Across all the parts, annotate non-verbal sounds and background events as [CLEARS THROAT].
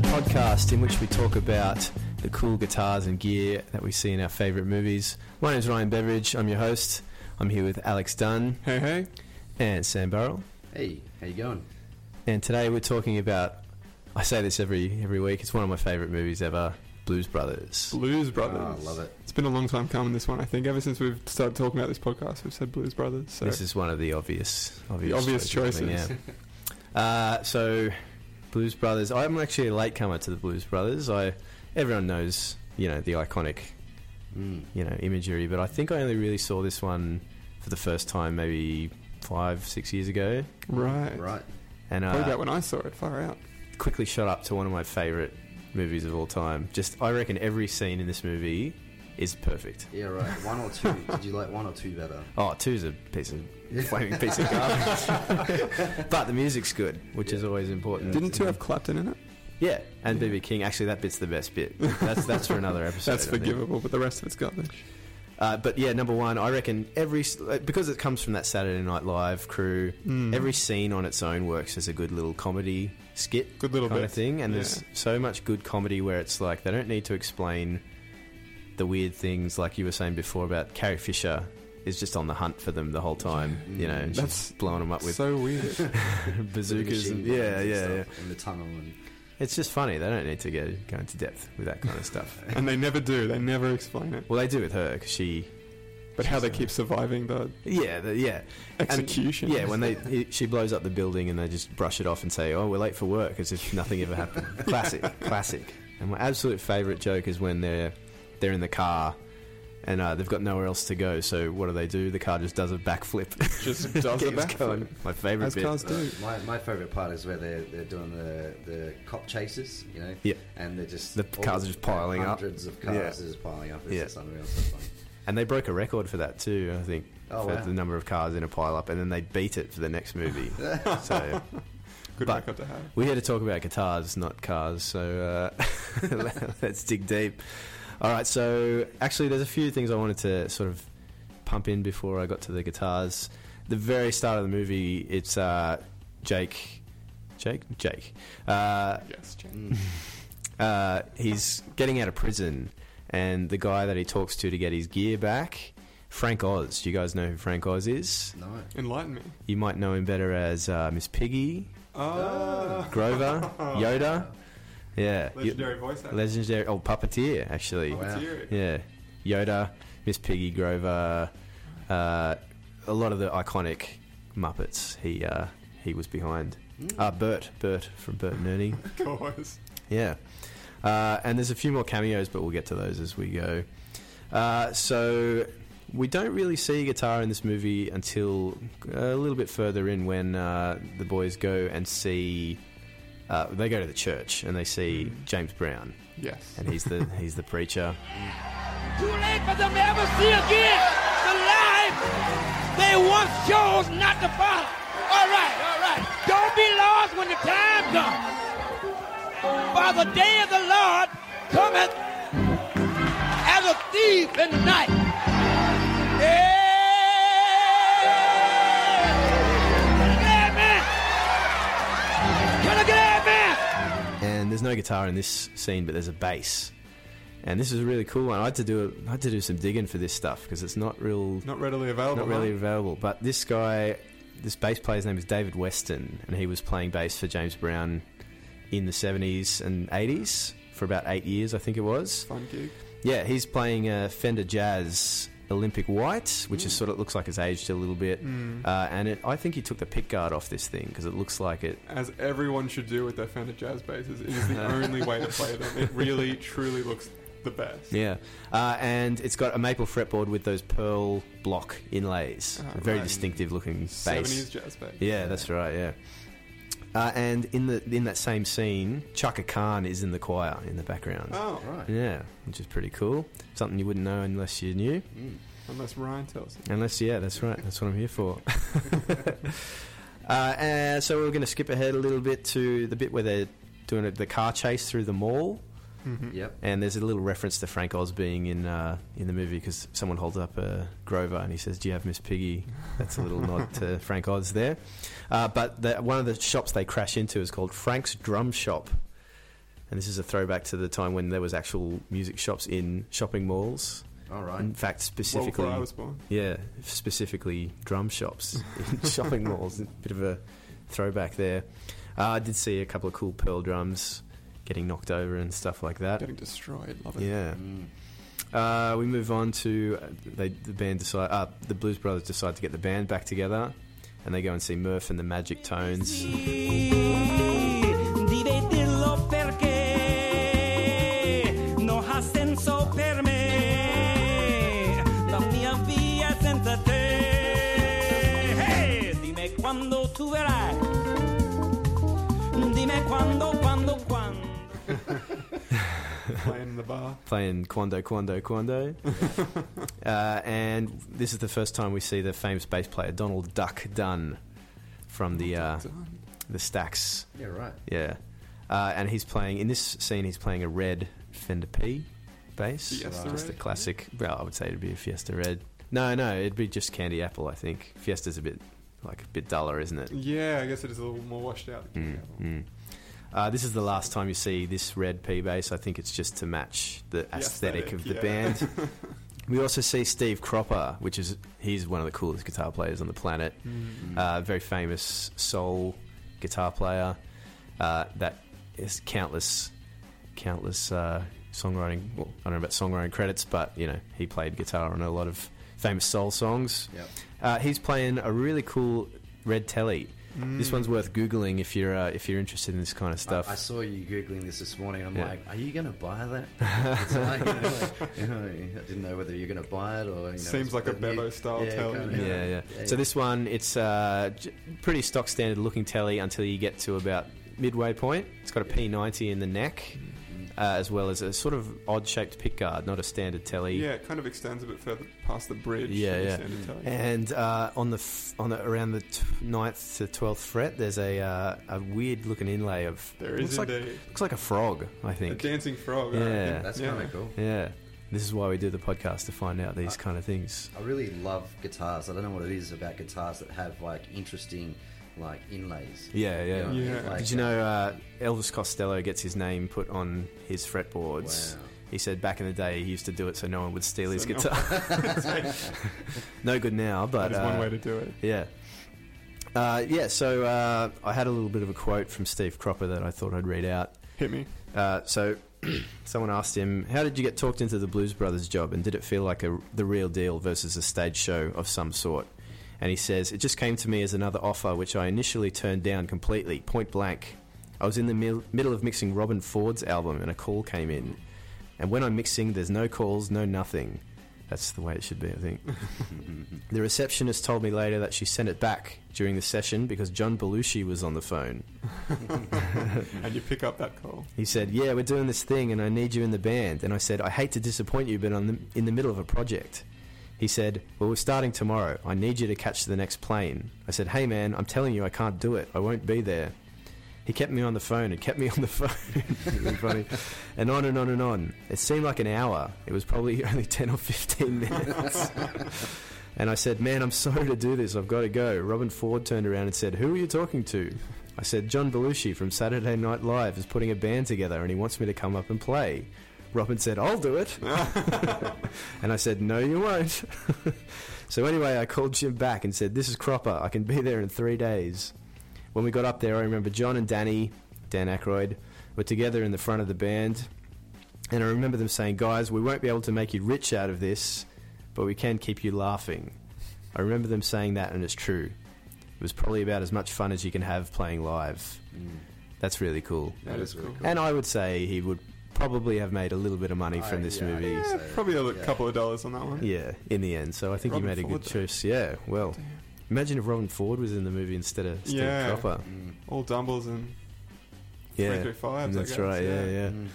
podcast in which we talk about the cool guitars and gear that we see in our favourite movies. My name's Ryan Beveridge. I'm your host. I'm here with Alex Dunn Hey, hey. and Sam Burrell. Hey, how you going? And today we're talking about. I say this every every week. It's one of my favourite movies ever. Blues Brothers. Blues Brothers. Ah, I love it. It's been a long time coming, this one, I think. Ever since we've started talking about this podcast, we've said Blues Brothers. So This is one of the obvious, obvious, obvious I mean, choices. yeah. uh, so, Blues Brothers. I'm actually a latecomer to the Blues Brothers. I everyone knows, you know, the iconic, Mm. you know, imagery, but I think I only really saw this one for the first time maybe five, six years ago, right. Right. and Probably uh, about when I saw it. Far out. quickly shot up to one of my favorite movies of all time. Just, I reckon every scene in this movie is perfect. Yeah, right. One [LAUGHS] or two. Did you like one or two better? Oh, two's a piece of [LAUGHS] flaming piece of [LAUGHS] [LAUGHS] garbage, but the music's good, which is Yeah. always important. Didn't two have Clapton in it? Yeah, and Yeah. BB King. Actually, that bit's the best bit. [LAUGHS] That's that's for another episode. That's I think. forgivable, but the rest of it's garbage. Uh, but yeah, number one, I reckon every s- like, because it comes from that Saturday Night Live crew. Mm. Every scene on its own works as a good little comedy skit good little kind bit. of thing, and there's so much good comedy where it's like they don't need to explain the weird things like you were saying before about Carrie Fisher is just on the hunt for them the whole time, you know, and That's she's blowing them up with so weird. [LAUGHS] bazookas and With the machine yeah, guns yeah, yeah. stuff In the tunnel and It's just funny. They don't need to go go into depth with that kind of [LAUGHS] stuff. and they never do. They never explain it. Well, they do with her because she But how they keep surviving the Yeah, the, yeah, And- execution. yeah. When they he- she blows up the building and they just brush it off and say, "Oh, we're late for work," as if nothing ever [LAUGHS] happened. classic, classic. And my absolute favourite joke is when they're they're in the car and uh, they've got nowhere else to go. So what do they do? The car just does a backflip. [LAUGHS] just does the Keeps back going. My favourite As bit. cars do. my, my favorite part is where they're they're doing the the cop chases, you know. Yeah. And they're just The all cars are just piling up. Hundreds of cars Yeah. are just piling up. It's Yeah. just unreal. So funny. And they broke a record for that too. I think Oh, for wow. the number of cars in a pile-up, and then they beat it for the next [LAUGHS] movie. so. Good But- backup to have. We're here to talk about guitars, not cars, so uh, [LAUGHS] let's dig deep. All right, so actually, there's a few things I wanted to sort of pump in before I got to the guitars. The very start of the movie, it's uh, Jake. Jake? Jake. Uh, Yes, Jane. Mm. uh, he's getting out of prison, and the guy that he talks to to get his gear back, Frank Oz. Do you guys know who Frank Oz is? No. Enlighten me. You might know him better as uh, Miss Piggy, Oh, [LAUGHS] Grover, Yoda. Yeah. You- legendary voice actor. Legendary, oh, puppeteer actually. Oh, wow. Let's hear it. Yeah, Yoda, Miss Piggy, Grover, uh, a lot of the iconic Muppets. He uh, he was behind. Mm. Uh, Bert, Bert from Bert and [LAUGHS] Ernie. Of course. Yeah, uh, and there's a few more cameos, but we'll get to those as we go. Uh, so we don't really see guitar in this movie until a little bit further in when uh, the boys go and see. Uh, they go to the church and they see Hmm. James Brown Yes. and he's the [LAUGHS] he's the preacher. Too late for them to ever see again the life they once chose not to follow. All right, all right. Don't be lost when the time comes. For the day of the Lord cometh as a thief in the night. Yeah. Get man. Can I get man? And there's no guitar in this scene, but there's a bass. And this is a really cool one. I had to do a, I had to do some digging for this stuff because it's not real Not readily available. not really huh? available. But this guy, this bass player's name is David Weston, and he was playing bass for James Brown in the 70s and 80s for about eight years, I think it was. Fun gig. Yeah, he's playing uh, Fender Jazz Olympic White, which is sort of looks like it's aged a little bit. Hmm. Uh, and it, I think he took the pick guard off this thing because it looks like it As everyone should do with their Fender jazz basses. [LAUGHS] It is the only way to play them. It really, truly looks the best. Yeah, uh, and it's got a maple fretboard with those pearl block inlays. Ah, A very right. distinctive looking bass. Seventies jazz bass. Yeah, that's right. Yeah, uh, and in the in that same scene, Chaka Khan is in the choir in the background. Oh, Right. Yeah, which is pretty cool. Something you wouldn't know unless you knew. Mm. unless Ryan tells it. Unless, yeah, that's right. That's what I'm here for. [LAUGHS] uh, and so we're going to skip ahead a little bit to the bit where they're doing the car chase through the mall. Mm-hmm. Yep. And there's a little reference to Frank Oz being in uh, in the movie because someone holds up a Grover and he says, "Do you have Miss Piggy?" That's a little nod [LAUGHS] to Frank Oz there. Uh, but the, one of the shops they crash into is called Frank's Drum Shop, And this is a throwback to the time when there was actual music shops in shopping malls. All right. In fact, Well, specifically, before I was born. yeah, specifically drum shops [LAUGHS] in shopping malls. Bit of a throwback there. Uh, I did see a couple of cool pearl drums getting knocked over and stuff like that. Getting destroyed. Love it. Yeah. Mm. Uh, we move on to uh, they, the band decide. Uh, the Blues Brothers decide to get the band back together, and they go and see Murph and the Magic Tones. Dirlo perché non ha senso per me la mia via senza te. Hey, dimmi quando tu verrai. Dimmi quando, quando, quando. Playing in the bar. playing Quando Quando Quando. uh, and this is the first time we see the famous bass player Donald Duck Dunn from the uh, Done. the Stax. Yeah, right. Yeah, uh, and he's playing in this scene. He's playing a red Fender P bass, Fiesta just Red? a classic. Well, I would say it'd be a Fiesta Red. No, no, it'd be just Candy Apple. I think Fiesta's a bit like a bit duller, isn't it? Yeah, I guess it is a little more washed out. Than Mm, Candy Apple. mm. Uh, this is the last time you see this red P bass. I think it's just to match the aesthetic, aesthetic, of the yeah. [LAUGHS] band. we also see Steve Cropper, which is he's one of the coolest guitar players on the planet. Mm. Uh, very famous soul guitar player. Uh, that is countless, countless uh, songwriting. Well, I don't know about songwriting credits, but you know he played guitar on a lot of famous soul songs. Yep. Uh, he's playing a really cool red telly. This one's worth googling if you're uh, if you're interested in this kind of stuff. I, I saw you googling this this morning. and I'm Yeah. like, are you going to [LAUGHS] buy that? It's like, you know, like, you know, I didn't know whether you're going to buy it or. You know, Seems like a but you- Bevo-style telly, kinda, yeah, yeah. So this one, it's uh, j- pretty stock standard looking telly until you get to about midway point. It's got a P90 in the neck, uh, as well as a sort of odd shaped pickguard, not a standard telly. Yeah, it kind of extends a bit further past the bridge. Yeah, than the yeah. standard telly. And uh, on the f- on the, around the t- 9th to twelfth fret, there's a uh, a weird looking inlay of There is looks indeed. like looks like a frog, I A think. dancing frog. I Yeah. think. That's yeah. kind of cool. Yeah, this is why we do the podcast to find out Uh, these kind of things. I really love guitars. I don't know what it is about guitars that have like interesting, like inlays. Yeah, yeah. You know, Yeah. like, Did you know uh, Elvis Costello gets his name put on his fretboards? Wow. He said back in the day he used to do it so no one would steal his So no- guitar. [LAUGHS] no good now, but That is one uh, way to do it. yeah. Uh, yeah, so uh, I had a little bit of a quote from Steve Cropper that I thought I'd read out. Hit me. Uh, so [CLEARS THROAT] someone asked him, "How did you get talked into the Blues Brothers job, and did it feel like a, the real deal versus a stage show of some sort?" And he says, "It just came to me as another offer, which I initially turned down completely, point blank. I was in the mil- middle of mixing Robin Ford's album, and a call came in. And when I'm mixing, there's no calls, no nothing. That's the way it should be, I think." The receptionist told me later that she sent it back during the session because John Belushi was on the phone. And you pick up that call. He said, "Yeah, we're doing this thing, and I need you in the band." And I said, "I hate to disappoint you, but I'm the- in the middle of a project." He said, "Well, we're starting tomorrow. I need you to catch the next plane." I said, "Hey, man, I'm telling you, I can't do it. I won't be there." He kept me on the phone and kept me [LAUGHS] on the phone. It was funny. And on and on and on. It seemed like an hour. It was probably [LAUGHS] only 10 or 15 minutes. and I said, Man, I'm sorry to do this. I've got to go. Robin Ford turned around and said, Who are you talking to? I said, John Belushi from Saturday Night Live is putting a band together and he wants me to come up and play. Robin said, I'll do it. and I said, No, you won't. [LAUGHS] so anyway, I called Jim back and said, This is Cropper. I can be there in three days. When we got up there, I remember John and Danny, Dan Aykroyd, were together in the front of the band. And I remember them saying, Guys, we won't be able to make you rich out of this, but we can keep you laughing. I remember them saying that, and it's true. It was probably about as much fun as you can have playing live. That's really cool. Mm. That is cool. And I would say he would probably have made a little bit of money from I- this yeah, I movie. guess. Yeah, So, probably a yeah. couple of dollars on that one. Yeah, in the end. So I think Robin he made a Ford, good though. choice. Yeah, well. Imagine if Robin Ford was in the movie instead of Steve Yeah. Cropper. mm, All dumbles and Yeah, 335s, I that's guess, right. Yeah, yeah. yeah. mm.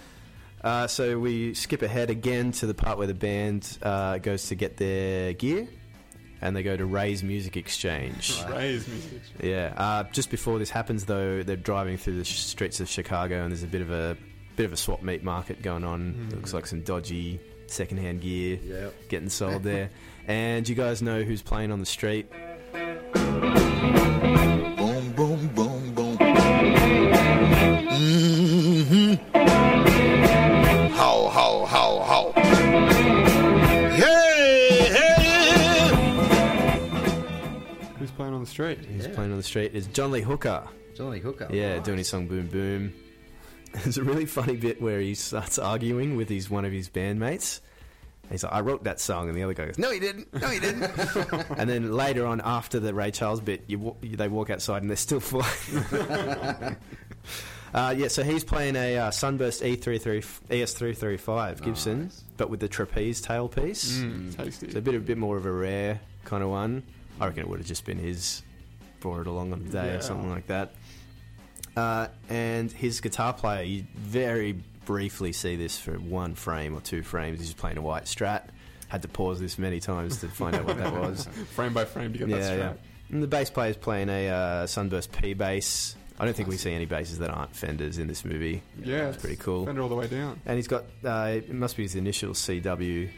Uh, so we skip ahead again to the part where the band uh, goes to get their gear, and they go to Ray's Music Exchange. raise music. Yeah. Uh, just before this happens, though, they're driving through the sh- streets of Chicago, and there's a bit of a bit of a swap meet market going on. Hmm. Looks like some dodgy secondhand gear Yep. getting [LAUGHS] sold there. and you guys know who's playing on the street? Boom, boom, boom, boom. hmm Hey, hey. Who's playing on the street? He's playing on the street. Is John Lee Hooker? Johnny Hooker. Yeah, doing his song Boom Boom. [LAUGHS] There's a really funny bit where he starts arguing with his one of his bandmates. He's like, I wrote that song, and the other guy goes, No, he didn't. No, he didn't. [LAUGHS] and then later on, after the Ray Charles bit, you, wa- you they walk outside and they're still [LAUGHS] flying. uh, yeah, so he's playing a uh, Sunburst E33, ES335 Gibson, Nice. but with the trapeze tailpiece. Mm, tasty. It's a bit, a bit more of a rare kind of one. I reckon it would have just been his brought it along on the day Yeah. or something like that. Uh, and his guitar player, you very briefly see this for one frame or two frames. He's just playing a white Strat. Had to pause this many times to find out what [LAUGHS] that was. frame by frame to get that yeah, straight. yeah. And the bass player's playing a uh, Sunburst P bass. I don't think we see any basses that aren't Fenders in this movie. Yeah, it's pretty cool. Fender all the way down. And he's got uh, it must be his initial CW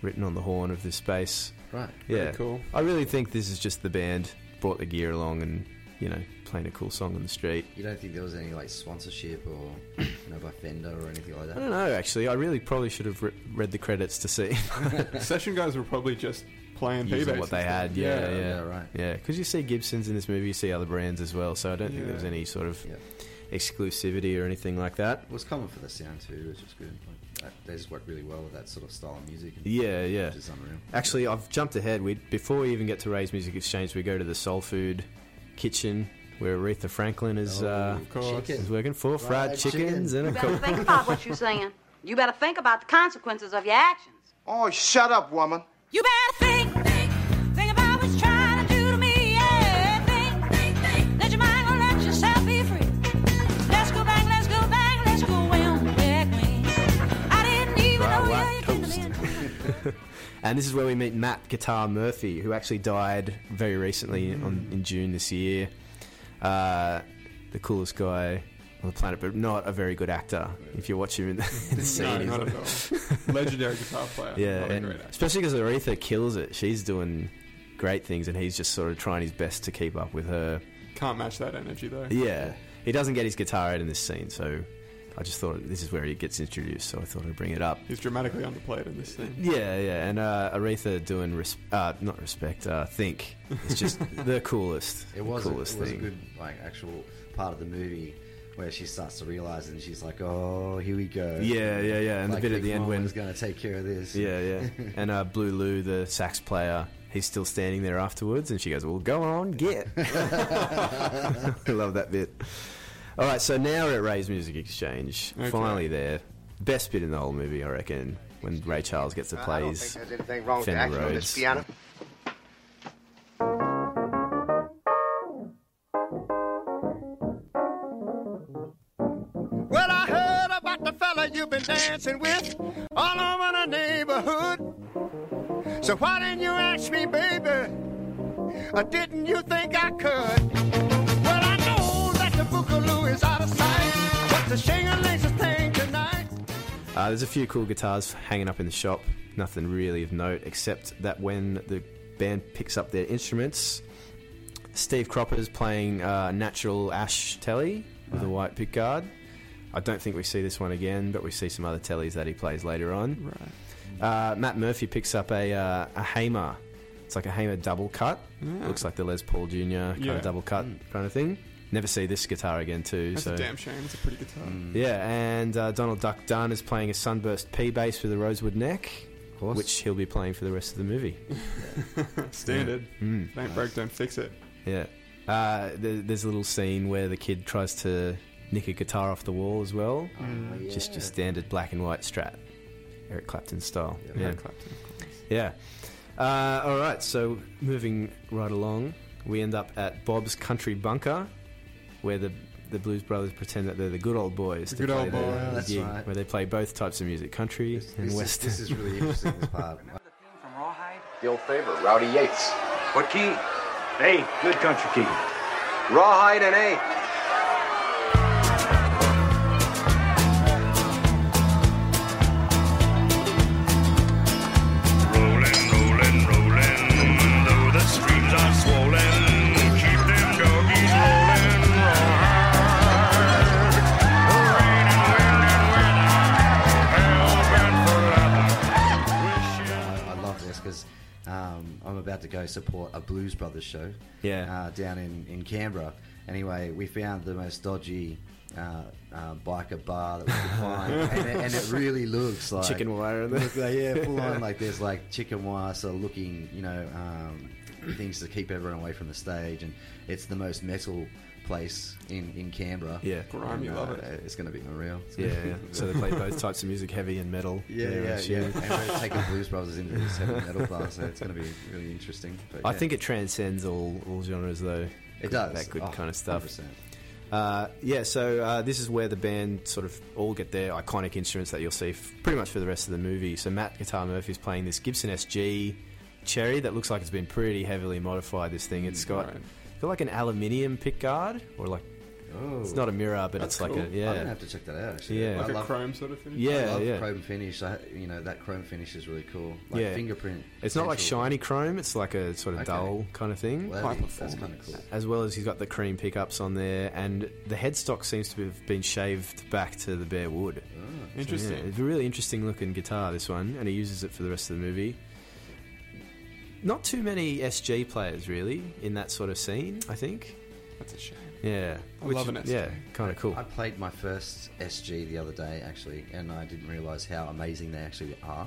written on the horn of this bass. Right. Yeah, Pretty cool. I really think this is just the band brought the gear along and you know playing a cool song on the street. You don't think there was any like sponsorship or you know by Fender or anything like I that? don't know actually. I really probably should have re- read the credits to see [LAUGHS] Session guys were probably just playing using P-Bass what they and had. stuff. Yeah, [LAUGHS] yeah, yeah, right. Yeah, because you see Gibsons in this movie, you see other brands as well. So I don't think there was Yeah. any sort of Yeah. exclusivity or anything like that. It was common for the sound too, which was good. Like, that, they just work really well with that sort of style of music. And Yeah, yeah. Which is unreal. Actually, I've jumped ahead. We before we even get to Ray's Music Exchange, we go to the Soul Food Kitchen where Aretha Franklin is. uh, Of course. is working for fried, Fried chickens chickens. and a [LAUGHS] You better coke. think about what you're saying. You better think about the consequences of your actions. Oh, shut up, woman. You better think, think, think about what you're trying to do to me. Yeah, think, think, think. Let your mind go, let yourself be free. Let's go back, let's go back, let's go way on back when I didn't even Dry know white you came to me. And this is where we meet Matt Guitar Murphy, who actually died very recently on, Mm. in June this year. Uh, the coolest guy on the planet, but not a very good actor. If you watch him in the, [LAUGHS] in the scene, No, he's not like- at [LAUGHS] all. Legendary guitar player. yeah, Not a and great actor. especially because Aretha kills it. She's doing great things, and he's just sort of trying his best to keep up with her. Can't match that energy though. Yeah, he doesn't get his guitar out in this scene, so I just thought this is where he gets introduced. So I thought I'd bring it up. He's dramatically underplayed in this thing. Yeah, yeah, and uh, Aretha doing res- uh, not respect, uh, think. It's [LAUGHS] just the coolest. It was, a, it coolest was a thing. good like actual part of the movie where she starts to realize and she's like, oh, here we go. Yeah, yeah, yeah, and Like, the bit at Big the end when Mama's going to take care of this. yeah, yeah, [LAUGHS] and uh, Blue Lou, the sax player, he's still standing there afterwards, and she goes, "Well, go on, [LAUGHS] get." [LAUGHS] I love that bit. All right, so now we're at Ray's Music Exchange. Okay. Finally, there, best bit in the whole movie, I reckon, when Ray Charles gets to I play don't his think there's anything wrong with the Fender action on Rhodes. this piano. Well, I heard about the fella you've been dancing with all over the neighborhood. So why didn't you ask me, baby? Or didn't you think I could? Well, I know that the Boogaloo is out of sight, but the Shingaling's a thing tonight. Uh, there's a few cool guitars hanging up in the shop. Nothing really of note, except that when the band picks up their instruments, Steve Cropper's playing uh, natural ash telly with a white pickguard. I don't think we see this one again, but we see some other tellies that he plays later on. Right. Uh, Matt Murphy picks up a uh, a Hamer. It's like a Hamer double cut. Looks like the Les Paul Jr. kind Ah. Yeah. Hmm. of double cut kind of thing. Never see this guitar again, too. That's so a damn shame. It's a pretty guitar. Mm. yeah, and uh, Donald Duck Dunn is playing a Sunburst P bass with a Rosewood neck, course. which he'll be playing for the rest of the [LAUGHS] movie. Mm. [LAUGHS] Standard. If it ain't broke, don't fix it. yeah. Uh, there, there's a little scene where the kid tries to nick a guitar off the wall as well. Oh, Just just standard black and white strat, Eric Clapton style. Yeah. Eric Clapton, of course. Yeah. Uh, all right. So moving right along, we end up at Bob's Country Bunker, where the the Blues Brothers pretend that they're the good old boys. The to good old play their boys. That's gig, right. Where they play both types of music, country and This is, western. [LAUGHS] this is really interesting, this [LAUGHS] part. The old favorite, Rowdy Yates. What key? Hey, good country key. Rawhide and eight. Rolling, rolling, rolling. Though the streams are swollen, keep them doggies rolling. Rawhide. Rain and wind and weather, hell bent for leather. um, I'm about to go support a Blues Brothers show. Yeah. Uh, down in, in Canberra. Anyway, we found the most dodgy uh, uh, biker bar that we [LAUGHS] could find, and, it, and it really looks like Chicken wire in there. [LAUGHS] Look like- [LAUGHS] yeah, full on like there's like chicken wire, so looking, you know, um, things to keep everyone away from the stage, and it's the most metal place in in Canberra. Yeah. Grimy, And, love uh, it. It's going to be unreal. It's Yeah, gonna yeah. [LAUGHS] So they play both types of music, heavy and metal. Yeah, there, yeah, and yeah. shit. And we're taking Blues Brothers into this heavy metal bar, so it's going to be really interesting. But I yeah, think it transcends all, all genres, though. it does That good Oh, kind of stuff. 100%. Uh, yeah, so uh, this is where the band sort of all get their iconic instruments that you'll see f- pretty much for the rest of the movie. So Matt Guitar Murphy's playing this Gibson SG Cherry that looks like it's been pretty heavily modified. This thing, it's got right. got like an aluminium pickguard, or like Oh, it's not a mirror, but it's like cool. a I'm gonna yeah, have to check that out. Actually, Yeah. I Like a love, chrome sort of finish. I yeah, love yeah. chrome finish. I, you know that chrome finish is really cool. Like Yeah. fingerprint. It's not like potential. shiny chrome; it's like a sort of Okay. dull kind of thing. Well, High that'd be- that's kind of performance. cool. as well as he's got the cream pickups on there, and the headstock seems to have been shaved back to the bare wood. Interesting. Yeah, it's a really interesting looking guitar, this one, and he uses it for the rest of the movie. Not too many SG players, really, in that sort of scene, I think. That's a shame. Yeah. I love an SG. Yeah, kind of cool. I played my first SG the other day actually, and I didn't realize how amazing they actually are.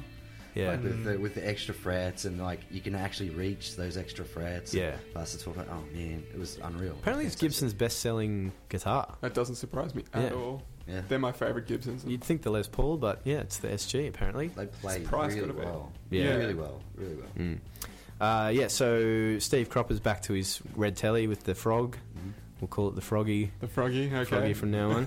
Yeah. Like, with, Mm. the, with the extra frets and like you can actually reach those extra frets. and Yeah. Plus, it's all like, oh man, it was unreal. Apparently, it's Fantastic. Gibson's best selling guitar. That doesn't surprise me at Yeah. all. Yeah. They're my favorite Gibsons. You'd think the Les Paul, but yeah, it's the SG, apparently. They play Surprise really could've been. well. Yeah. Really well. Really well. Uh, yeah, so Steve Cropper's back to his red telly with the frog. Mm-hmm. We'll call it the froggy. The Froggy, okay. Froggy from now [LAUGHS] on,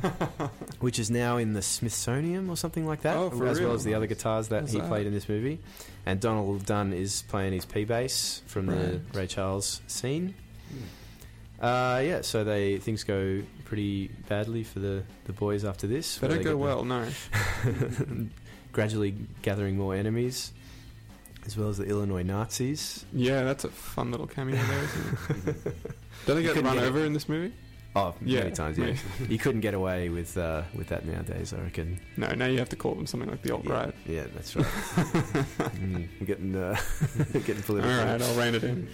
which is now in the Smithsonian or something like that, Oh, for as well real? as the other guitars that How's he that? played in this movie. And Donald Dunn is playing his P bass from the Ray Charles scene. Hmm. Uh, yeah, so they things go pretty badly for the, the boys after this. They where don't get go the- well, no. [LAUGHS] gradually gathering more enemies, as well as the Illinois Nazis. Yeah, that's a fun little cameo there, isn't it? [LAUGHS] Don't they get couldn't run get it. over in this movie? Oh, Yeah, many times, yeah. [LAUGHS] many. you couldn't get away with uh, with that nowadays, I reckon. No, now you have to call them something like the alt right. Yeah, that's [LAUGHS] right. mm, I'm getting uh, [LAUGHS] getting All political. right, I'll rein it in.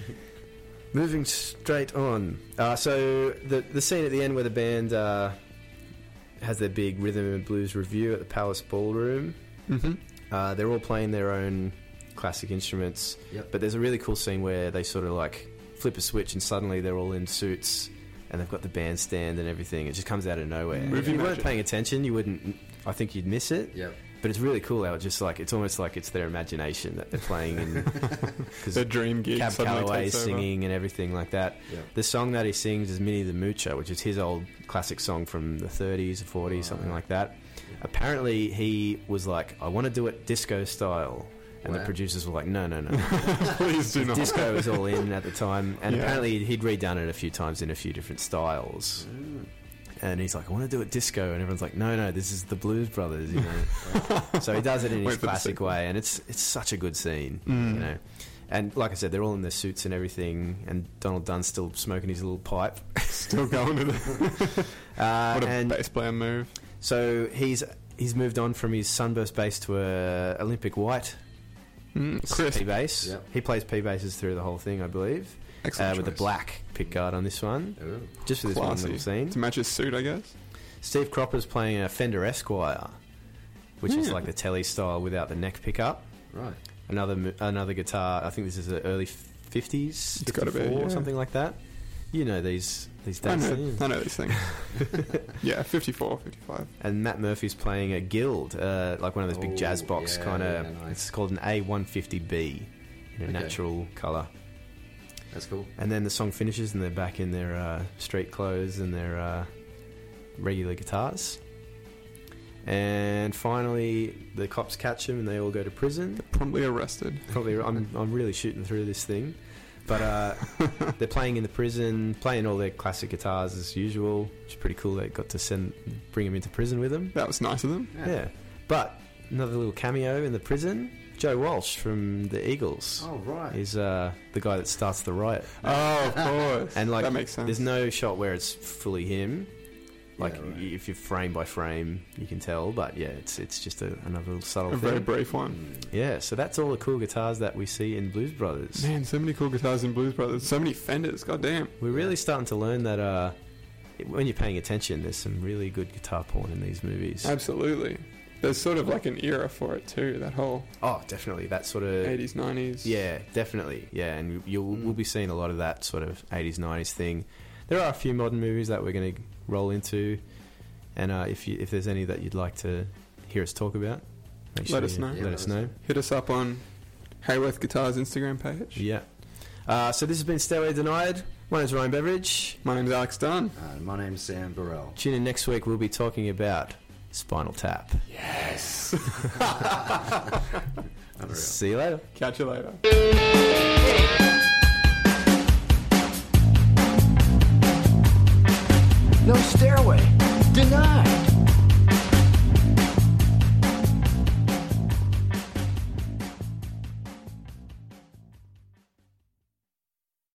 Moving straight on. Uh, so the the scene at the end where the band uh, has their big rhythm and blues review at the Palace Ballroom. hmm Uh, they're all playing their own classic instruments, Yep. but there's a really cool scene where they sort of like flip a switch and suddenly they're all in suits and they've got the bandstand and everything. It just comes out of nowhere. if Movie you weren't magic. paying attention, you wouldn't. I think you'd miss it. Yep. But it's really cool how it just like it's almost like it's their imagination that they're playing [LAUGHS] in because The dream gig Cab suddenly Calloway takes singing and everything like that. Yeah. The song that he sings is Minnie the Moocher, which is his old classic song from the 30s or 40s, something like that. Apparently, he was like, "I want to do it disco style," and the Wow. producers were like, "No, no, no." over. [LAUGHS] [LAUGHS] Please do not. disco was all in at the time, and Yeah. apparently he'd redone it a few times in a few different styles. And he's like, I want to do it disco, and everyone's like, No, no, this is the Blues Brothers, you [LAUGHS] know. so he does it in his Went for the Mm. classic sequel. way, and it's it's such a good scene, you know. And like I said, they're all in their suits and everything, and Donald Dunn's still smoking his little [LAUGHS] pipe. Still going to the. [LAUGHS] Uh, What a and bass player move. so he's he's moved on from his sunburst bass to a Olympic white Mm, Chris. P bass. Yep. He plays P basses through the whole thing, I believe. Excellent uh, with the choice. black pickguard on this one, Ooh. just for this one Classy. little scene. To match his suit, I guess. Steve Cropper's playing a Fender Esquire, which is Yeah. like the telly style without the neck pickup. Right. Another mu- another guitar. I think this is the early fifties, It's gotta be, yeah. or something like that. You know these these I days. know, don't you? I know these things. [LAUGHS] yeah, 54, 55. And Matt Murphy's playing a Guild, uh, like one of those big Oh, jazz box yeah, kind of. yeah, nice. It's called an A one fifty B, in a Okay. natural color. That's cool. And then the song finishes, and they're back in their uh, street clothes and their uh, regular guitars. And finally, the cops catch them, and they all go to prison. Promptly arrested. Probably, I'm I'm really shooting through this thing, but uh, they're playing in the prison, playing all their classic guitars as usual, which is pretty cool. They got to send bring them into prison with them. That was nice of them. Yeah. But another little cameo in the prison. Joe Walsh from the Eagles Oh right. is uh, the guy that starts the riot. Oh, of course. And like, that makes sense. there's no shot where it's fully him. Like Yeah, right. if you're frame by frame, you can tell. But yeah, it's it's just a, another little subtle A thing. very brief one. Mm, Yeah, so that's all the cool guitars that we see in Blues Brothers. Man, so many cool guitars in Blues Brothers. So many Fenders. God damn. We're really starting to learn that uh, when you're paying attention, there's some really good guitar porn in these movies. Absolutely. There's sort of like an era for it too. That whole Oh, definitely. That sort of 80s, 90s. Yeah, definitely. Yeah, and you'll we'll be seeing a lot of that sort of '80s, '90s thing. There are a few modern movies that we're going to roll into, and uh, if you, if there's any that you'd like to hear us talk about, make Let us you know. Let, Yeah, let us us know. Hit us up on Hayworth Guitars Instagram page. Yeah. Uh, so this has been Stairway Denied. My name's Ryan Beveridge. My name's Alex Dunn. Uh, my name's Sam Burrell. Tune in next week. We'll be talking about Spinal Tap. [LAUGHS] Unreal. See you later. Catch you later. No stairway. Deny.